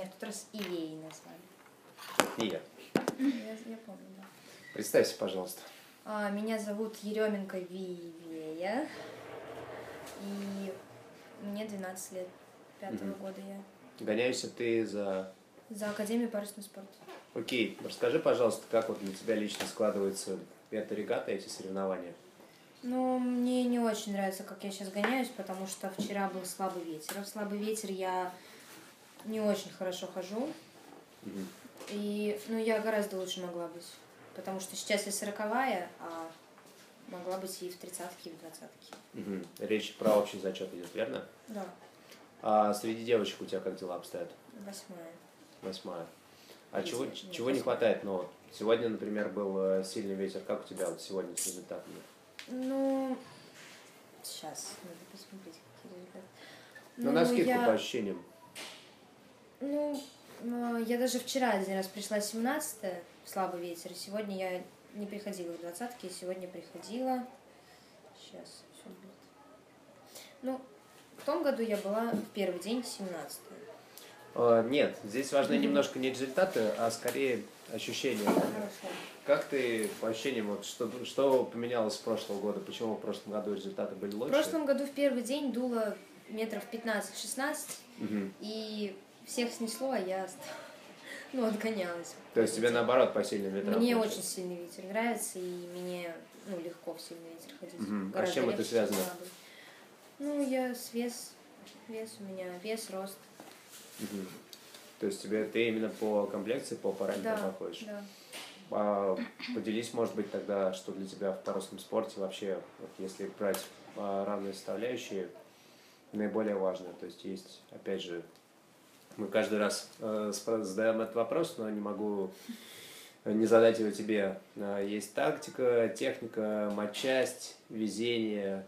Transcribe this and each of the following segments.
этот раз и ей назвали. И я. Я, я помню, да. Представься, пожалуйста. А, меня зовут Еременко Вивея. И мне 12 лет. Пятого Мгм. года я. Гоняешься ты за... За Академию парусного спорта. Окей, расскажи, пожалуйста, как вот для тебя лично складывается эта регата, эти соревнования? Ну, мне не очень нравится, как я сейчас гоняюсь, потому что вчера был слабый ветер. А в слабый ветер я не очень хорошо хожу. Мгм. И, ну, я гораздо лучше могла быть. Потому что сейчас я сороковая, а могла быть и в тридцатке, и в двадцатке. Мгм. Речь про общий зачет идет, верно? Да, А среди девочек у тебя как дела обстоят? восьмая. Восьмая. А Если чего, нет, чего не восьмая. хватает? Ну, вот сегодня, например, был э, сильный ветер. Как у тебя вот сегодня с результатами? Ну, сейчас, надо посмотреть, какие результаты. Ну, на скидку по я, ощущениям. ну, э, я даже вчера один раз пришла 17 слабый ветер, и сегодня я не приходила в двадцатке, сегодня приходила. Сейчас, всё будет. Ну, в том году я была в первый день 17 Э, Нет, здесь важны немножко не результаты, а скорее ощущения. Хорошо. Как ты по ощущениям, вот, что, что поменялось с прошлого года? Почему в прошлом году результаты были В лучше? прошлом году в первый день дуло метров 15-16, Мгм. и всех снесло, а я ост- ну, отгонялась. То есть тебе наоборот по сильным ветрам? Мне получилось? очень сильный ветер нравится, и мне ну, легко в сильный ветер ходить. Мгм. А с Гораздо чем это легче, связано? чем слабый. Ну, я с вес, вес у меня, вес, рост. Мгм. То есть тебе ты именно по комплекции, по параметрам Да, подходишь? да. А, поделись, может быть, тогда, что для тебя в парусном спорте вообще, вот если брать а, равные составляющие, наиболее важное. То есть есть, опять же, мы каждый раз э, спра- задаем этот вопрос, но не могу э, не задать его тебе. А, Есть тактика, техника, матчасть, везение,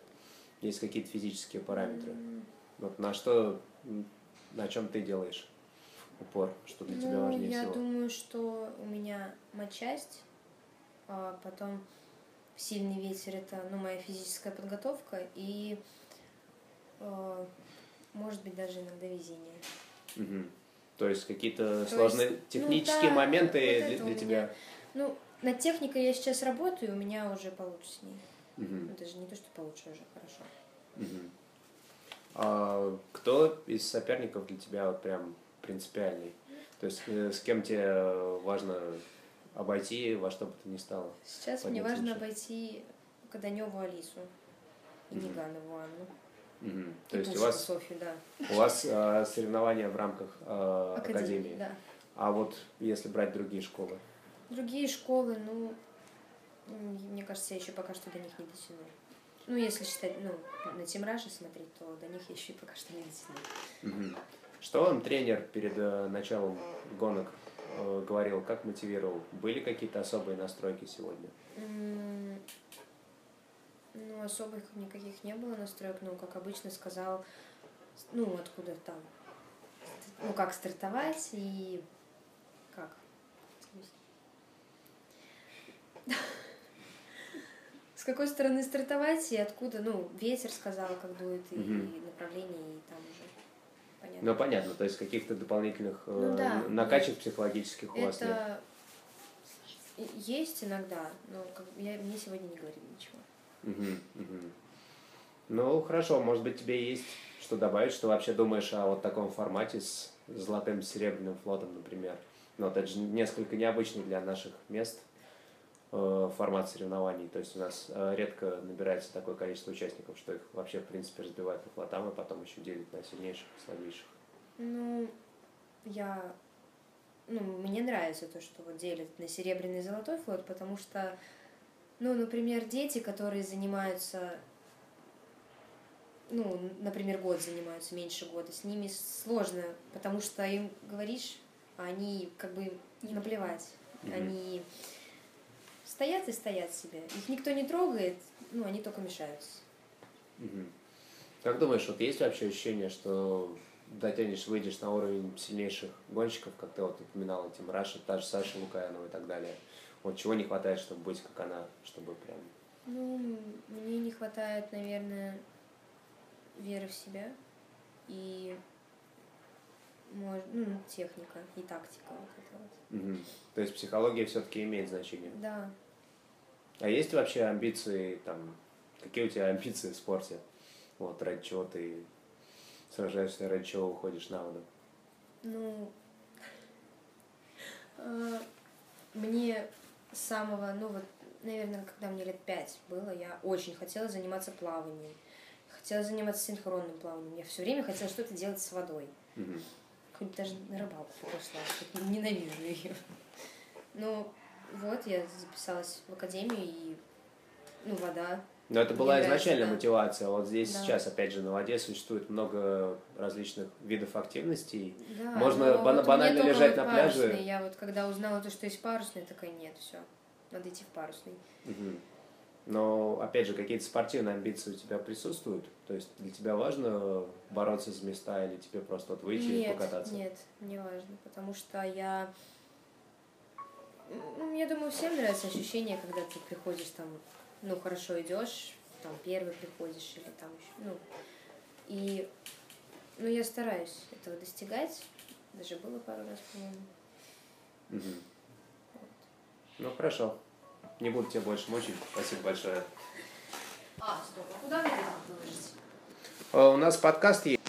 есть какие-то физические параметры. М, Вот на что, м, на чем ты делаешь упор, что для тебя ну, важнее я всего? думаю, что у меня матчасть, а потом сильный ветер это ну, моя физическая подготовка и э, может быть даже иногда везение. Мгм. То есть какие-то То сложные есть, ну технические да, моменты вот это для, у для меня. тебя. Ну, над техникой я сейчас работаю, у меня уже получше с ней. Ну, Мгм. даже не то, что получше, а уже хорошо. Мгм. А кто из соперников для тебя вот прям принципиальный? То есть э, с кем тебе э, важно обойти во что бы то ни стало? Сейчас мне Понятно, важно всё. обойти Каданеву Алису и Мгм. Неганову Анну. Мгм. И То есть у Пушкину вас, Софью, да. у вас э, соревнования в рамках э, Академии, академии. да. А вот если брать другие школы? Другие школы, ну, м, мне кажется, я еще пока что до них не дотяну. Ну, если считать, ну, на Тимраше смотреть, то до них я еще и пока что не дотяну. Мгм. Что вам тренер перед э, началом гонок э, говорил, как мотивировал? Были какие-то особые настройки сегодня? М, Ну, особых никаких не было настроек, но, как обычно, сказал, с- ну, откуда там, ст- ну, как стартовать и как. С какой стороны стартовать и откуда, ну, ветер сказал, как дует, и Мгм. направление, и там уже понятно. Ну, понятно, то есть каких-то дополнительных э, Ну да. н- накачек психологических у вас нет. Это и- есть иногда, но как- я, мне сегодня не говорили ничего. Мгм, мгм. Ну, хорошо, может быть, тебе есть что добавить, что вообще думаешь о вот таком формате с золотым серебряным флотом, например. Но это же несколько необычный для наших мест э, формат соревнований. То есть у нас э, редко набирается такое количество участников, что их вообще, в принципе, разбивают по флотам и потом еще делят на сильнейших и слабейших. Ну, я... Ну, мне нравится то, что вот делят на серебряный и золотой флот, потому что, ну, например, дети, которые занимаются, ну, н- например, год занимаются, меньше года, с ними сложно, потому что им говоришь, а они как бы наплевать. Мгм. Они стоят и стоят себе. Их никто не трогает, ну, они только мешаются. Мгм. Как думаешь, вот есть вообще ощущение, что дотянешь, выйдешь на уровень сильнейших гонщиков, как ты вот упоминал, Тим Раша, та же Саша Лукаянова и так далее? Вот чего не хватает, чтобы быть как она, чтобы прям... Ну, мне не хватает, наверное, веры в себя и мож- ну, техника и тактика. вот это вот. Мгм. То есть психология все-таки имеет значение. Да. А есть вообще амбиции там? Какие у тебя амбиции в спорте? Вот ради чего ты сражаешься, ради чего уходишь на воду? Ну, э, мне с самого, ну вот, наверное, когда мне лет пять было, я очень хотела заниматься плаванием. Хотела заниматься синхронным плаванием. Я все время хотела что-то делать с водой. Мгм. Хоть даже на рыбалку пошла. хоть Ненавижу ее. Ну, вот, я записалась в академию, и, ну, вода. Но это была Мне нравится, изначальная да. мотивация. Вот здесь Да. сейчас, опять же, на воде существует много различных видов активностей. Да, Можно но бана- вот мне банально только лежать вот на пляже. парусный. Я вот когда узнала то, что есть парусный, такая, нет, все, надо идти в парусный. Мгм. Но, опять же, какие-то спортивные амбиции у тебя присутствуют? То есть для тебя важно бороться за места или тебе просто вот выйти и нет, покататься? Нет, не важно, потому что я... М, Я думаю, всем нравится ощущение, когда ты приходишь там, ну, хорошо идешь, там, первый приходишь или там еще, ну, и, ну, я стараюсь этого достигать, даже было пару раз, по-моему. Мгм. Ну, хорошо. Не буду тебя больше мучить. Спасибо большое. А, стоп, а куда вы это выложите? Э, У нас подкаст есть.